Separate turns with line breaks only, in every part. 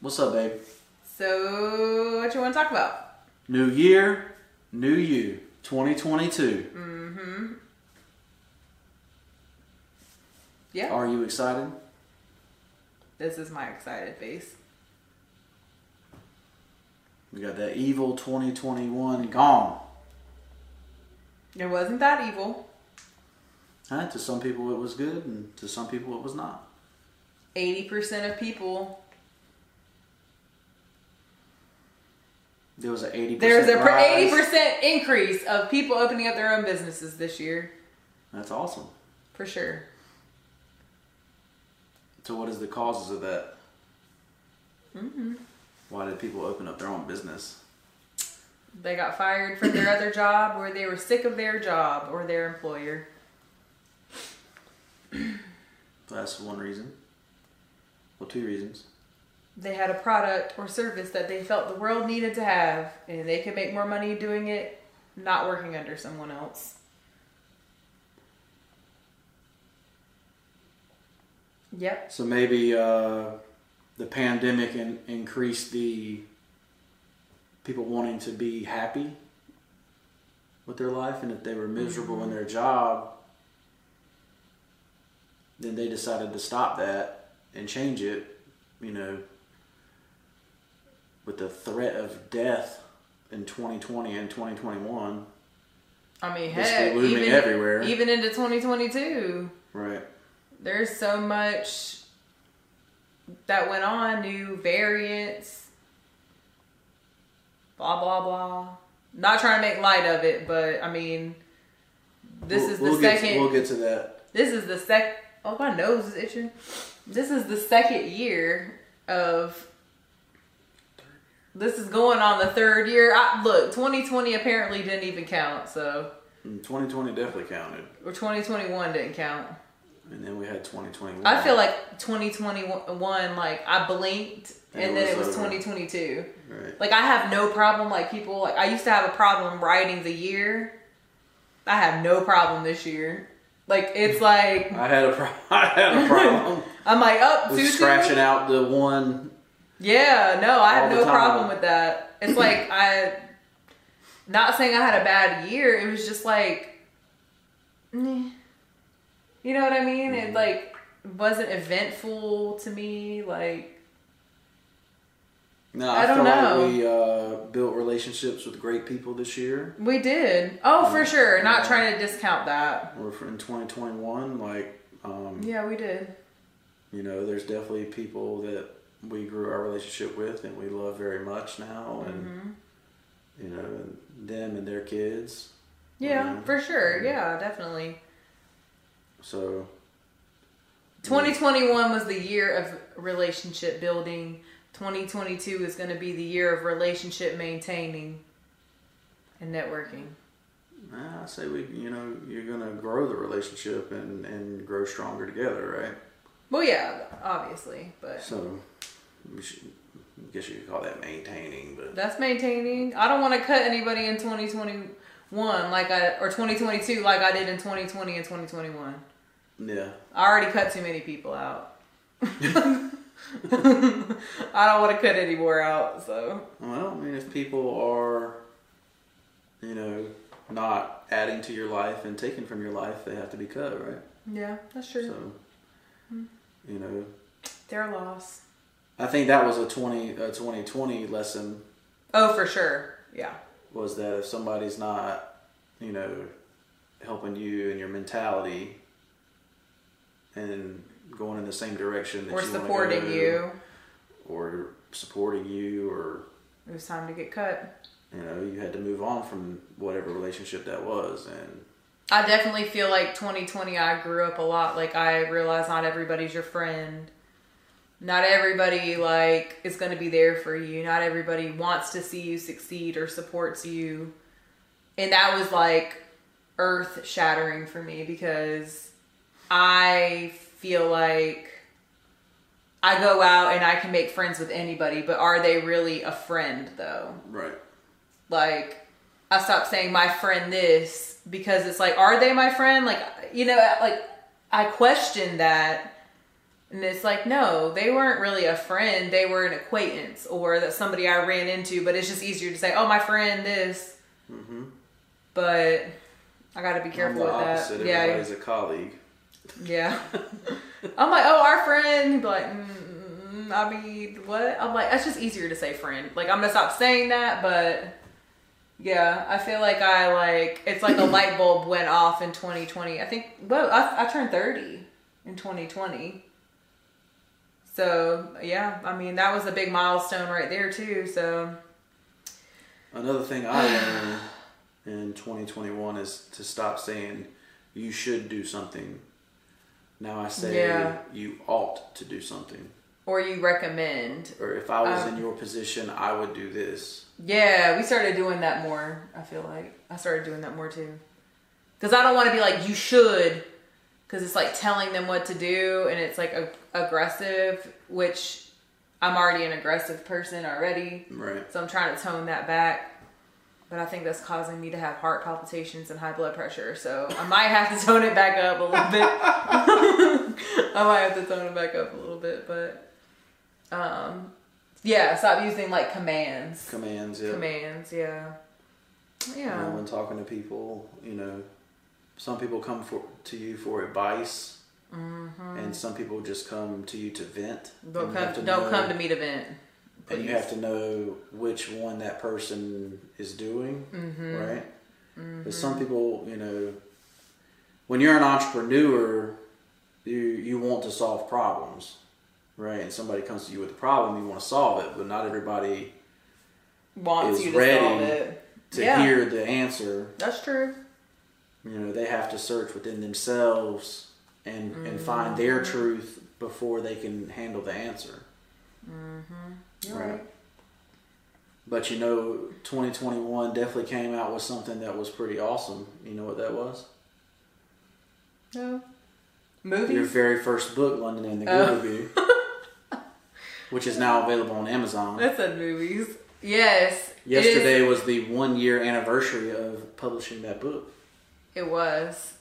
What's up, babe?
So, what you want to talk about?
New year, new you, 2022.
Yeah,
Are you excited?
this is my excited face.
We got that evil 2021 gone.
It wasn't that evil.
Huh? To some people, it was good, and to some people, it was not.
80% of people.
There was an 80%
There's a per-
rise.
80% increase of people opening up their own businesses this year,
That's awesome.
for sure.
So, what is the causes of that? Why did people open up their own business?
They got fired from their other job, or they were sick of their job or their employer.
That's one reason. Well, two reasons.
They had a product or service that they felt the world needed to have, and they could make more money doing it, not working under someone else. Yep.
So maybe uh, the pandemic in, increased the people wanting to be happy with their life, and if they were miserable
Mm-hmm.
in their job, then they decided to stop that and change it. You know, with the threat of death in 2020 and 2021,
I mean,
It's
heck,
looming
even,
everywhere.
even into 2022,
right?
there's so much that went on, new variants, blah, blah, blah. Not trying to make light of it, but I mean, this
We'll-
is the
we'll get to-
second.
we'll get to that.
This is the sec. Oh, my nose is itching. This is the second year of. This is going on the third year. I, look, 2020 apparently didn't even count, so
And 2020 definitely counted,
or 2021 didn't count.
and then we had 2021.
I feel like 2021, like I blinked
And
and,
it
then it
was
was
over.
2022.
right.
Like I have no problem. Like people, like I used to have a problem writing the year. I have no problem this year. Like it's like
I had a pro- I had a problem
I'm like up
with
two
scratching out the one.
Yeah, no, I
All
have
the
no
time.
problem with that. It's like I not saying I had a bad year, it was just like meh. you know what I mean? It
Mm-hmm.
like wasn't eventful to me, like
No,
I
I,
don't
feel
know.
like we uh, built relationships with great people this year.
we did. Oh, for sure. Not
Mm-hmm. Yeah.
trying to discount that.
Or for- in 2021, like um,
Yeah, we did.
you know, there's definitely people that we grew our relationship with and we love very much now, and
Mm-hmm.
you know, and them and their kids.
Yeah,
Yeah.
for sure. Yeah, definitely.
Mm-hmm. So
2021 was the year of relationship building. 2022 is going to be the year of relationship maintaining and networking.
nah, I say we, you know, you're gonna grow the relationship and and grow stronger together, right?
Well, yeah, obviously, but
So, we should, I guess you could call that maintaining, but
that's maintaining. I don't want to cut anybody in 2021 like I or 2022 like I did in 2020 and 2021.
yeah,
I already cut too many people out. I don't want to cut any more out, so
Well, I mean, if people are, you know, not adding to your life and taking from your life, they have to be cut, right?
yeah, that's true. Hmm.
So, you know,
They're lost.
I think that was a 20, a 2020 lesson
Oh, for sure. Yeah.
was that if somebody's not, you know, helping you and your mentality and going in the same direction that
Or
you wanna
supporting
go,
you.
or supporting you or
It was time to get cut.
you know you had to move on from whatever relationship that was and
I definitely feel like 2020, I grew up a lot. Like, I realized not everybody's your friend. Not everybody, like, is going to be there for you. Not everybody wants to see you succeed or supports you. And that was, like, earth shattering for me because I feel like I go out and I can make friends with anybody, but are they really a friend, though?
right
like I stopped saying my friend this because it's like are they my friend like you know like I question that And it's like, no, they weren't really a friend. They were an acquaintance or that somebody I ran into, but it's just easier to say, oh, my friend, this.
Mm-hmm.
But I got to be careful
I'm
with
the opposite.
that. Yeah.
Everybody's a colleague.
Yeah. I'm like, oh, our friend. He'd be like, mm, mm, mm, I mean, what? I'm like, that's just easier to say friend. Like, I'm gonna stop saying that, but yeah, I feel like I like it's like a light bulb went off in 2020. I think, well, I, I turned 30 in 2020. So yeah, I mean that was a big milestone right there too. So
Another thing I learned in 2021 is to stop saying you should do something. Now I say
Yeah.
you ought to do something.
or you recommend?
Or if I was
Um,
in your position, I would do this.
Yeah, we started doing that more. I feel like I started doing that more too, because I don't want to be like you should, because it's like telling them what to do, and it's like a, aggressive, which I'm already an aggressive person already,
Right.
so I'm trying to tone that back. But I think that's causing me to have heart palpitations and high blood pressure, so I might have to tone it back up a little bit. I might have to tone it back up a little bit, but um, yeah, stop using like commands
Commands, yeah.
commands. Yeah,
You know,
yeah,
when talking to people, you know, some people come for to you for advice,
Mm-hmm.
and some people just come to you to vent.
don't
And you have
come, don't
know-
come to meet event.
And you
please.
have to know which one that person is doing, right? But some people, you know, when you're an entrepreneur, you you want to solve problems, right? And somebody comes to you with a problem, you want to solve it, but not everybody
Wants
is
you to
ready
solve it.
to
Yeah.
hear the answer.
That's true.
You know, they have to search within themselves and and find their truth before they can handle the answer.
You're right.
But you know, 2021 definitely came out with something that was pretty awesome. You know what that was?
No
Your
movies.
very first book, London and the Good
Oh.
Review, which is now available on Amazon.
That said movies. Yes. it is-
Yesterday was the one year anniversary of publishing that book.
it, was.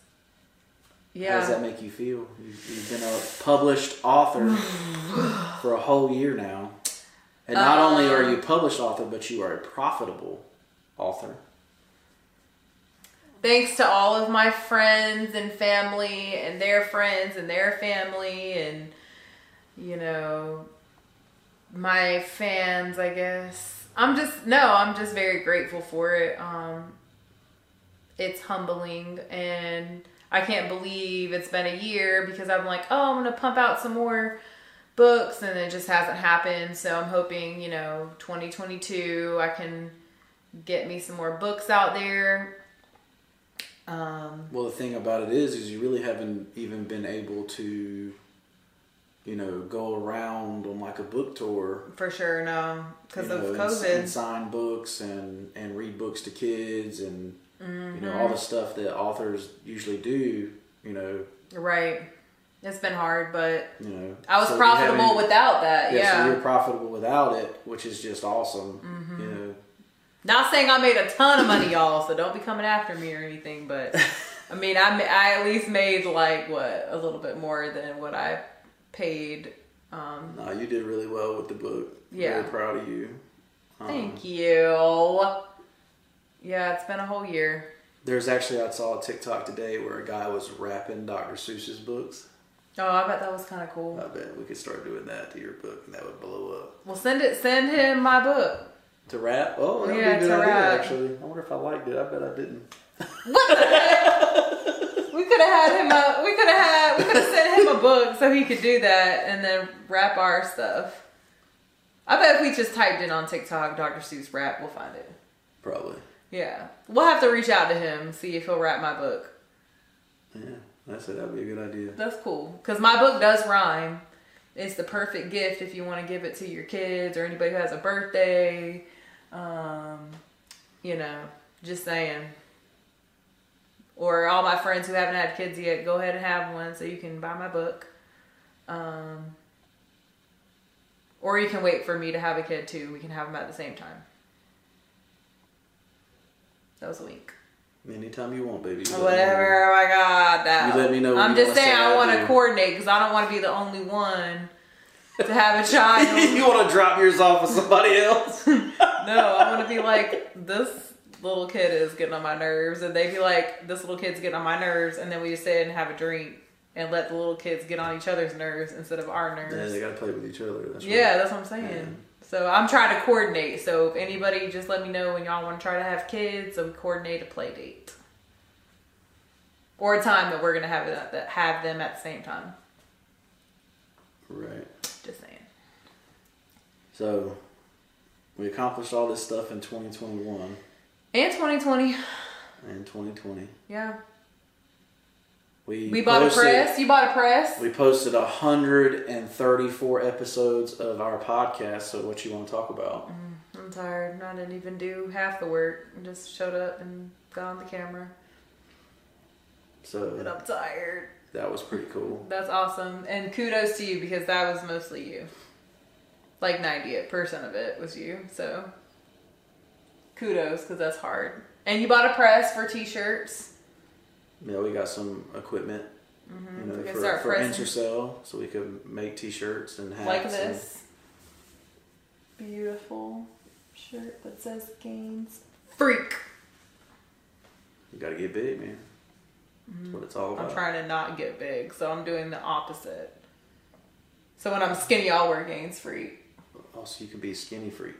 How does that
Yeah.
make you feel? You- You've been a published author for a whole year now. And not
Uh,
only are you a published author, but you are a profitable author.
Thanks to all of my friends and family and their friends and their family and you know my fans, I guess. I'm just no, I'm just very grateful for it. Um it's humbling and I can't believe it's been a year because I'm like, oh, I'm gonna pump out some more books and it just hasn't happened. So I'm hoping, you know, 2022 I can get me some more books out there. Um,
Well, the thing about it is, is you really haven't even been able to, you know, go around on like a book tour
for sure, no, because
you know,
of
and,
COVID.
and sign books and and read books to kids and you know
Mm-hmm.
all the stuff that authors usually do. You know,
right. It's been hard, but
you know.
I was
so you
profitable
haven't-
without that.
Yeah,
Yeah. Mm-hmm.
so you're profitable without it, which is just awesome. You know,
Not saying I made a ton of money, y'all, so don't be coming after me or anything, but I mean, I, ma- I at least made like what a little bit more than what I paid. Um,
no, you did really well with the book.
Yeah.
Very proud of you. Um,
thank you. Yeah, it's been a whole year.
There's actually I saw a TikTok today where a guy was rapping Dr. Seuss's books.
Oh, I bet that was kind of cool.
I bet we could start doing that to your book, and that would blow up.
Well, send it. Send him my book.
To rap? Oh, that'd
Yeah,
be a good
to
idea.
rap.
Actually, I wonder if I liked it. I bet I didn't.
What the heck? We could have had him a. We could have had. We could have sent him a book so he could do that and then rap our stuff. I bet if we just typed in on TikTok Dr. Seuss rap, we'll find it.
Probably.
Yeah, we'll have to reach out to him see if he'll wrap my book.
Yeah, I said that'd be a good idea.
That's cool because my book does rhyme. It's the perfect gift if you want to give it to your kids or anybody who has a birthday. Um, you know, just saying. Or all my friends who haven't had kids yet, go ahead and have one so you can buy my book. Um, or you can wait for me to have a kid too. We can have them at the same time. That was a wink.
Anytime you want, baby. You let me know.
Whatever. Oh my God. That.
You let me know when
I'm
you
just
wanna
saying
say I
I want
do.
to coordinate because I don't want to be the only one to have a child.
you want to drop yours off with somebody else?
no, I want to be like this little kid is getting on my nerves, and they be like this little kid's getting on my nerves, and then we just sit and have a drink and let the little kids get on each other's nerves instead of our
yeah,
nerves.
they got to play with each other. That's
Yeah,
Right.
that's what I'm saying. So I'm trying to coordinate. So if anybody, just let me know when y'all want to try to have kids, and we coordinate a play date or a time that we're gonna have it at that have them at the same time.
Right.
Just saying.
So we accomplished all this stuff in 2021
And 2020,
and 2020.
yeah,
We
we bought a
posted-
press. You bought a press.
We posted 134 episodes of our podcast. So what you want to talk about?
Mm-hmm. I'm tired. I didn't even do half the work. I just showed up and got on the camera. And
So
I'm tired.
that was pretty cool.
That's awesome. And kudos to you because that was mostly you. Like 98% of it was you. So kudos because that's hard. And you bought a press for t shirts.
Yeah, we got some equipment. You know,
Mm-hmm. we can
for,
start
for
pressing.
Intercell, so we could make T-shirts and hats.
like
and-
this beautiful shirt that says Gaines Freak.
You gotta get big, man. That's what it's all about.
Mm-hmm. I'm trying to not get big, so I'm doing the opposite. So when I'm skinny, I'll wear Gaines Freak.
Also, you can be a skinny freak.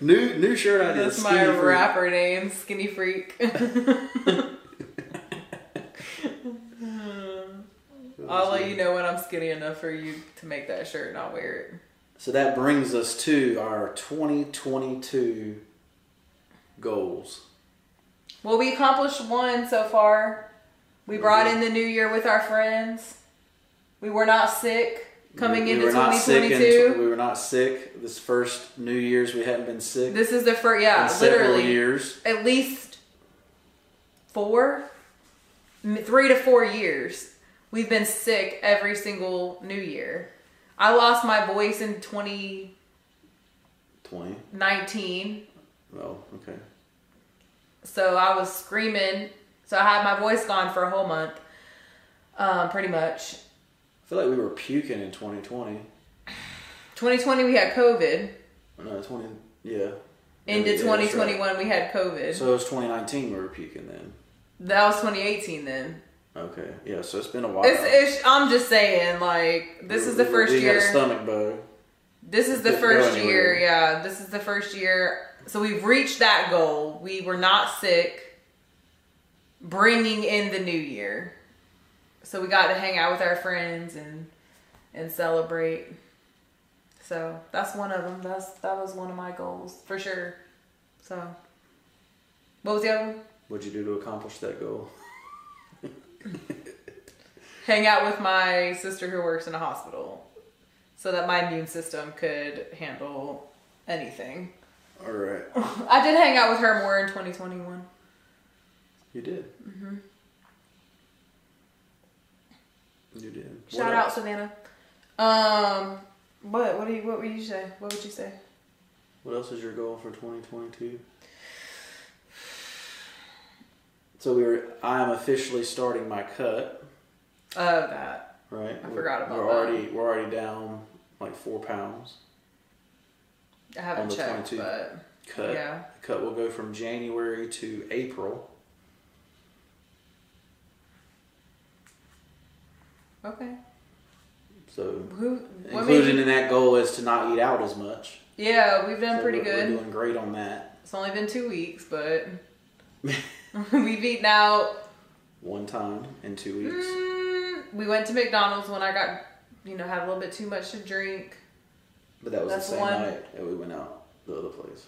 new new shirt I did.
That's my
skinny freak.
rapper name, Skinny Freak. I'll let you know when I'm skinny enough for you to make that shirt and I'll wear
So that brings us to our 2022 goals.
it. Well, we accomplished one so far. We brought in the new year with our friends. We were not sick coming
we,
into
we were not sick in
2022.
tw- we were not sick this first New Year's. We hadn't been sick
this is the first,
in
yeah,
several
literally.
years.
at least four, m- three to four years. We've been sick every single New Year. I lost my voice in 2019.
20. Oh, okay.
So I was screaming. So I had my voice gone for a whole month, um, pretty much.
I feel like we were puking in 2020.
2020, we had COVID.
No, 20. Yeah.
Into
Yeah, that's right.
2021, we had COVID.
So it was 2019 we were puking then.
that was 2018 then.
Okay. Yeah. So it's been a while.
It's, it's, I'm just saying, like, this
We-
is the
we-
first
we
year.
got a stomach bug.
This is the
Didn't go
first
anywhere.
year, yeah. This is the first year. So we've reached that goal. We were not sick, bringing in the new year. So we got to hang out with our friends and and celebrate. So that's one of them. That's that was one of my goals for sure. So what was the other one?
What'd you do to accomplish that goal?
Hang out with my sister who works in a hospital, so that my immune system could handle anything.
All right.
I did hang out with her more in 2021.
You did. Mm-hmm. You did. What
Shout out
else?
Savannah. Um, what? What do you? What would you say? What would you say?
What else is your goal for 2022? So we were. I am officially starting my cut.
Oh, that.
Right. I
forgot about
We're
that.
already. We're already down like four pounds.
I
On
haven't
the
checked,
22.
but
Cut.
Yeah.
The cut will go from January to April.
okay.
So
Who? What
Included
made you-
in that goal is to not eat out as much.
yeah, we've done
So
pretty
we're,
good.
We're doing great on that.
it's only been two weeks, but we've eaten out.
One time in two weeks.
Mm, we went to McDonald's when I got, you know, had a little bit too much to drink.
But that was the
That's
same
one.
night that we went out the other place.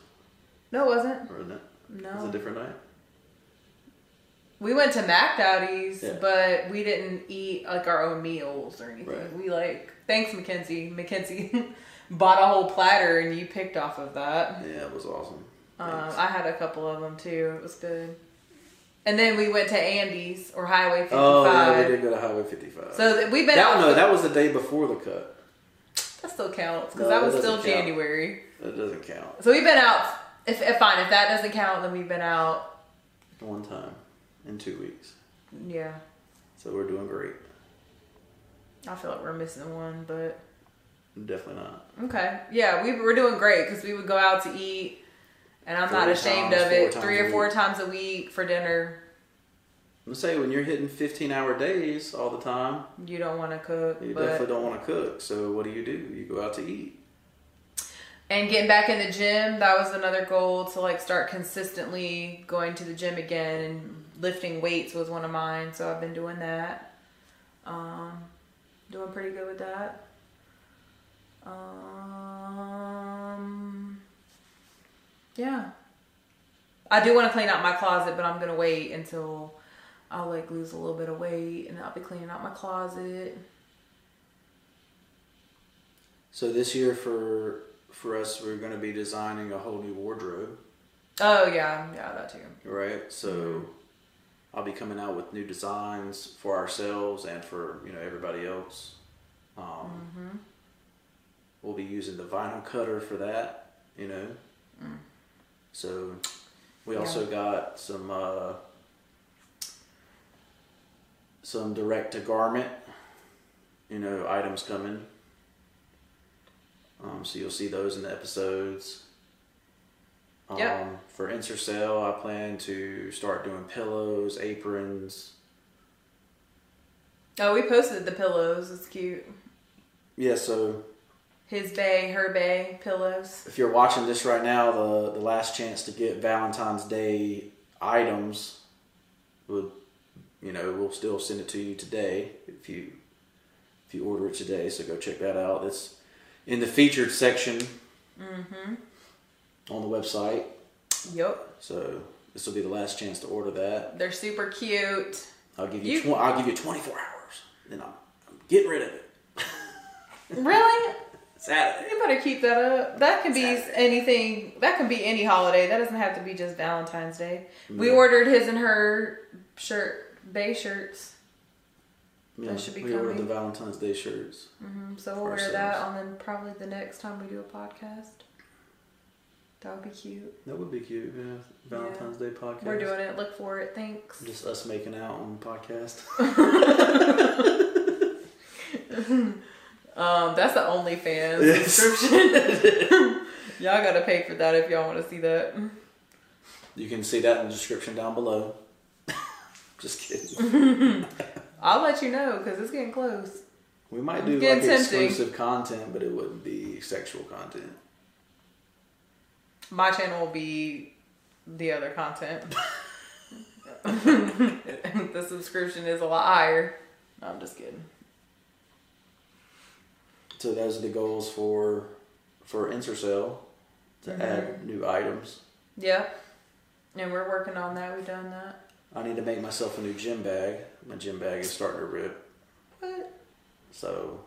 No, it wasn't.
Or not it? was
No,
a different night?
We went to MacDaddy's,
Yeah.
but we didn't eat like our own meals or anything.
Right.
We like thanks Mackenzie. Mackenzie bought a whole platter and you picked off of that.
Yeah, it was awesome.
Um,
Thanks.
I had a couple of them too. It was good. And then we went to Andy's or Highway 55.
oh, yeah, we Oh, did go to Highway 55.
So th- we've been
that,
out
no,
for-
that was the day before the cut.
That still counts
No,
because that
that
was
doesn't
still
count.
January.
That doesn't count.
So we've been out. If, if fine, if that doesn't count, then we've been out.
One time in two weeks.
Yeah,
So we're doing great.
I feel like we're missing one, but
Definitely not.
okay. Yeah, we were doing great because we would go out to eat, and I'm not
Three
ashamed
times,
of it.
four
Three
times
or
a
four
week.
times a week for dinner.
I'm gonna say when you're hitting 15 hour days all the time,
You don't want to cook,
you
but
definitely don't want to cook. So what do you do? You go out to eat.
and getting back in the gym that was another goal to like start consistently going to the gym again and lifting weights was one of mine so i've been doing that um doing pretty good with that um yeah i do want to clean out my closet but i'm gonna wait until i like lose a little bit of weight and i'll be cleaning out my closet
So this year for for us, we're gonna be designing a whole new wardrobe,
oh yeah yeah that too
right? So I'll be coming out with new designs for ourselves and for you know everybody else. Um, We'll be using the vinyl cutter for that, you know. So we
Yeah.
also got some uh, some direct to garment, you know, items coming. Um, so you'll see those in the episodes. Um,
Yep.
For Intercell, I plan to start doing pillows, aprons.
oh we posted the pillows it's cute
Yeah, so
his bay, her bay pillows.
if you're watching this right now, the, the last chance to get Valentine's Day items would, you know, we'll still send it to you today if you if you order it today. So go check that out. It's in the featured section on the website.
Yep,
So this will be the last chance to order that.
they're super cute.
I'll give you,
You-
tw- I'll give you 24 hours. Then I'm, I'm getting rid of it.
Really?
Saturday.
You better keep that up. That can be
Saturday.
anything. That can be any holiday. That doesn't have to be just Valentine's Day. We
No.
ordered his and her shirt, bay shirts.
Yeah,
should be
we ordered the
coming.
Valentine's Day shirts.
Mm, So we'll
For
wear that
ourselves.
on then probably the next time we do a podcast. That would be cute.
That would be cute. Yeah, Valentine's Day podcast.
We're doing it. Look for it. Thanks.
Just us making out on the podcast.
Um, that's the OnlyFans
Yes.
subscription. y'all gotta pay for that if y'all want to see that.
you can see that in the description down below. Just kidding.
I'll let you know because it's getting close.
We might do
Getting
like
tempting.
exclusive content, but it wouldn't be sexual content.
My channel will be the other content. the subscription is a lot higher. No, I'm just kidding.
So those are the goals for for Intercell to
Mm-hmm.
add new items.
Yep. And we're working on that. We've done that.
I need to make myself a new gym bag. My gym bag is starting to rip,
But
so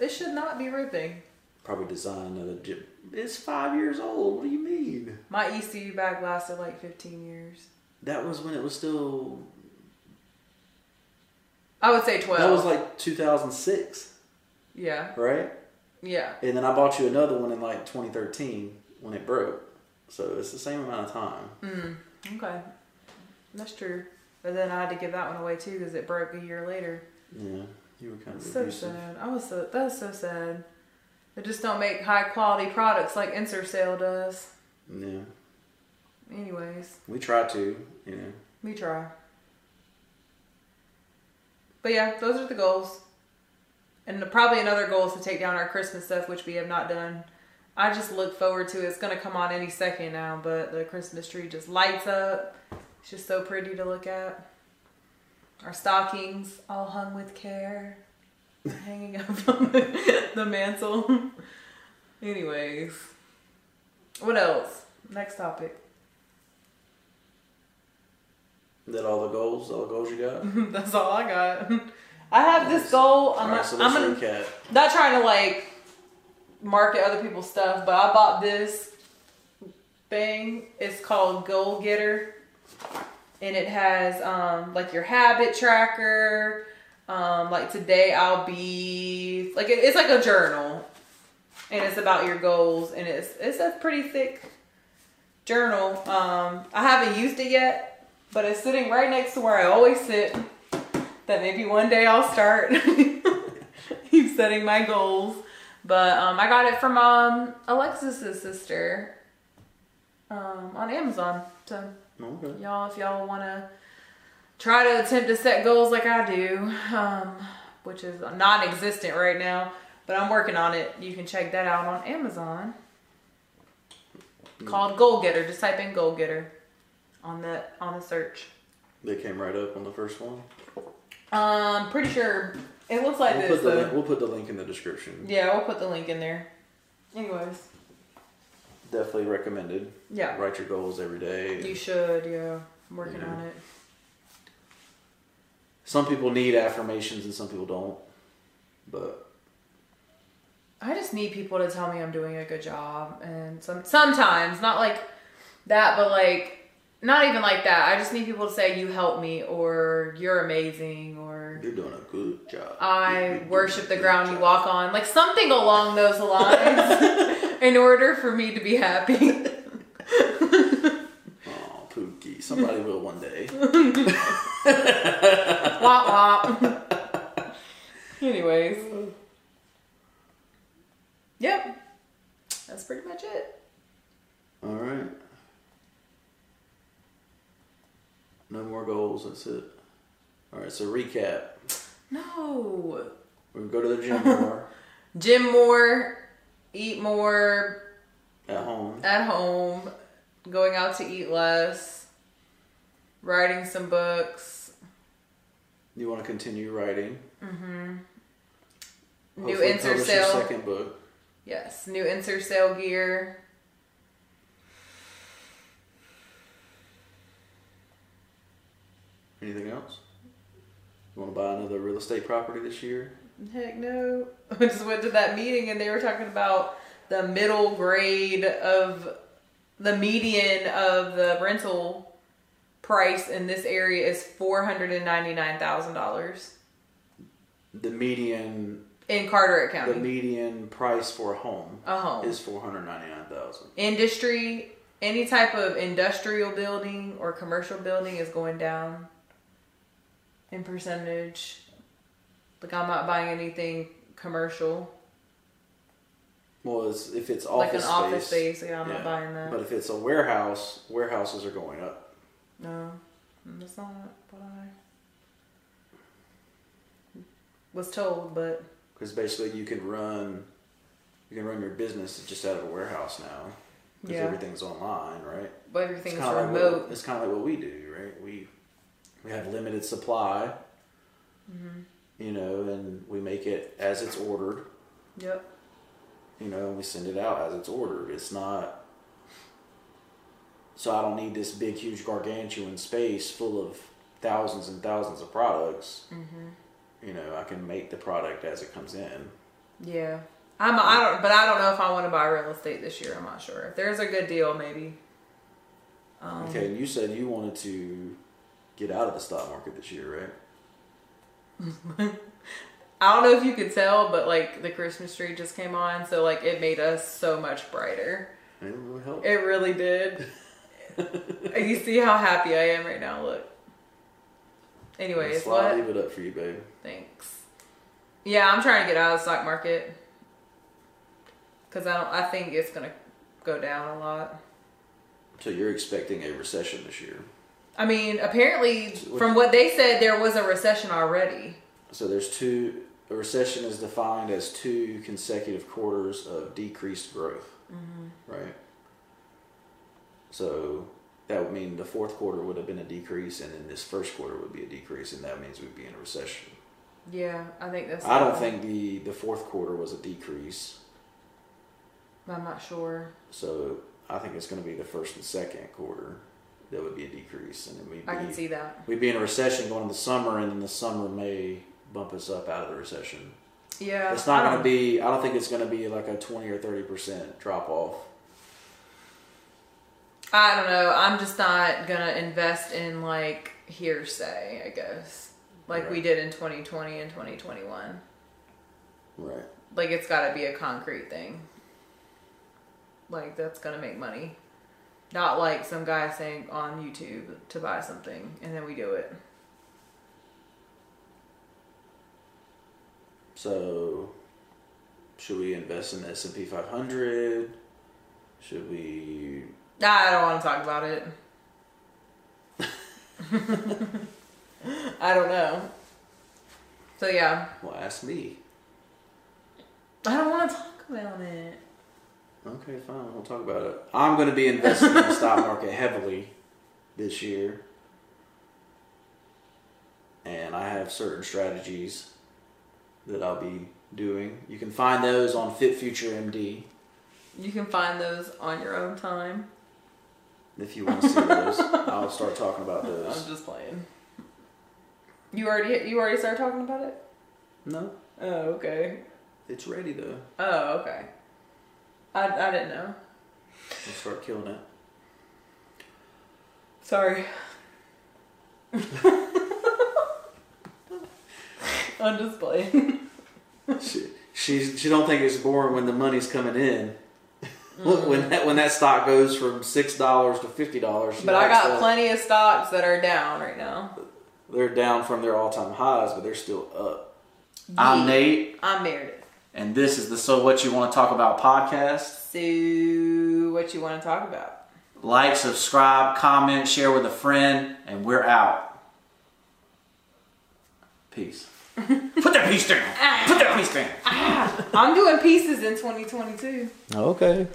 it should not be ripping.
probably design another gym. It's five years old. What do you mean?
My ECU bag lasted like 15 years.
That was when it was still.
I would say 12.
That was like 2006,
yeah.
right?
Yeah.
And then I bought you another one in like 2013 when it broke. So it's the same amount of time.
Mm. Okay. That's true. But then I had to give that one away too because it broke a year later.
Yeah, you were kind of
So
abusive.
sad. I was so that's so sad. They just don't make high quality products like Intercell does.
Yeah,
Anyways,
we try to. You know,
we try. But yeah, those are the goals. And the- probably another goal is to take down our Christmas stuff, which we have not done. I just look forward to it. It's gonna come on any second now, but the Christmas tree just lights up. It's just so pretty to look at. Our stockings all hung with care, hanging up on the, the mantle. Anyways, what else? Next topic.
that all the goals, all the goals you got.
That's all I got. I have this goal.
All
I'm,
right,
not,
so
I'm
let's
gonna-
recap.
not trying to like market other people's stuff, but I bought this thing. It's called Goal Getter, and it has um, like your habit tracker. Um, like today, I'll be like it- it's like a journal, and it's about your goals and it's it's a pretty thick journal. Um, I haven't used it yet, but it's sitting right next to where I always sit. That maybe one day I'll start. Keep setting my goals, but um, I got it from um, Alexis's sister um, on Amazon. So
Okay.
y'all, if y'all want to try to attempt to set goals like I do, um, which is non-existent right now, but I'm working on it. You can check that out on Amazon. Called Goal Getter. Just type in Goal Getter on the on the search.
They came right up on the first one.
Um, pretty sure it looks like
We'll
this.
put, the
though.
link, we'll put the link in the description.
yeah, we'll put the link in there. Anyways,
Definitely recommended.
yeah,
Write your goals every day.
you should. Yeah, I'm working
Yeah.
on it.
Some people need affirmations and some people don't. But
I just need people to tell me I'm doing a good job, and some sometimes not like that, but like not even like that. I just need people to say you help me, or you're amazing, or
you're doing a good job. You're
I
doing a
worship the
good
ground you
job.
walk on, like something along those lines, in order for me to be happy.
Oh, Pookie. Somebody will one day.
womp womp. Anyways, yep, that's pretty much it.
All right. No more goals. That's it. All right. So recap.
No.
We go to the gym more
gym more, eat more
at home.
at home, going out to eat less, writing some books,
You want to continue writing.
new
Hopefully
insert
publish your
sale.
Second book.
Yes, new insert sale gear.
Anything else? You want to buy another real estate property this year?
Heck no. I just went to that meeting and they were talking about the middle grade of the median of the rental price in this area is $499,000
The median,
in Carteret
the
County.
median price for a home
a home.
is four hundred ninety nine thousand.
industry, any type of industrial building or commercial building is going down in percentage. Like I'm not buying anything commercial,
Well, it's, if it's
like
office
an office
space,
space. Yeah, I'm
yeah.
not buying that.
but if it's a warehouse, warehouses are going up.
no, that's not what I was told. But
Because basically, you can run, you can run your business just out of a warehouse now. Because
yeah,
everything's online, right?
but everything is
kinda like what-
remote.
it's kind of like what we do, right? We we have limited supply,
Mm-hmm.
you know, and we make it as it's ordered,
Yep.
you know, and we send it out as it's ordered. It's not. So I don't need this big, huge, gargantuan space full of thousands and thousands of products.
Mm-hmm.
You know, I can make the product as it comes in.
Yeah. I'm, I don't, but I don't know if I want to buy real estate this year. I'm not sure. If there's a good deal, maybe. Um,
Okay, and you said you wanted to get out of the stock market this year, right?
I don't know if you could tell, but like the Christmas tree just came on, so like it made us so much brighter.
And it really helped.
It really did. you see how happy I am right now. Look. Anyways,
That's why I
what?
leave it up for you, babe.
Thanks. Yeah, I'm trying to get out of the stock market because I don't. I think it's gonna go down a lot.
So you're expecting a recession this year.
I mean, apparently,
So what-
from what they said, there was a recession already.
So there's two. A recession is defined as two consecutive quarters of decreased growth, right? So that would mean the fourth quarter would have been a decrease, and then this first quarter would be a decrease, and that means we'd be in a recession.
Yeah, I think that's.
I don't think the the fourth quarter was a decrease,
I'm not sure.
so I think it's going to be the first and second quarter that would be a decrease, and then we'd
I can
be
see that.
we'd be in a recession going into the summer, and then the summer may bump us up out of the recession.
Yeah,
It's
I
not going
don't-
to be. I don't think it's going to be like a twenty or thirty percent drop off.
I don't know. I'm just not gonna invest in like hearsay, I guess, like we
Right.
did in 2020 and 2021.
Right.
Like it's got to be a concrete thing. like that's gonna make money. Not like some guy saying on YouTube to buy something and then we do it.
So, should we invest in the S and P 500? Should we?
Nah, I don't want to talk about it. I don't know. So yeah,
Well, ask me.
I don't want to talk about it.
Okay, fine. We'll talk about it. I'm going to be investing in the stock market heavily this year, and I have certain strategies that I'll be doing. You can find those on FitFutureMD
You can find those on your own time.
if you want to see those. I'll start talking about
I'm
those.
just playing. You already you already started talking about it.
No,
Oh okay.
it's ready though.
Oh okay. I I didn't know.
We'll start killing it.
Sorry. On display.
she, she's she don't think it's boring when the money's coming in. when that when that stock goes from six dollars to fifty dollars,
But I got plenty of stocks that are down right now.
They're down from their all time highs, but they're still up. I'm
Yeah.
Nate,
I'm Meredith.
and this is the So What You Want to Talk About podcast.
So, what you want to talk about?
Like, subscribe, comment, share with a friend, and we're out. Peace. Put that piece down. Put that piece down.
I'm doing pieces in 2022.
Okay.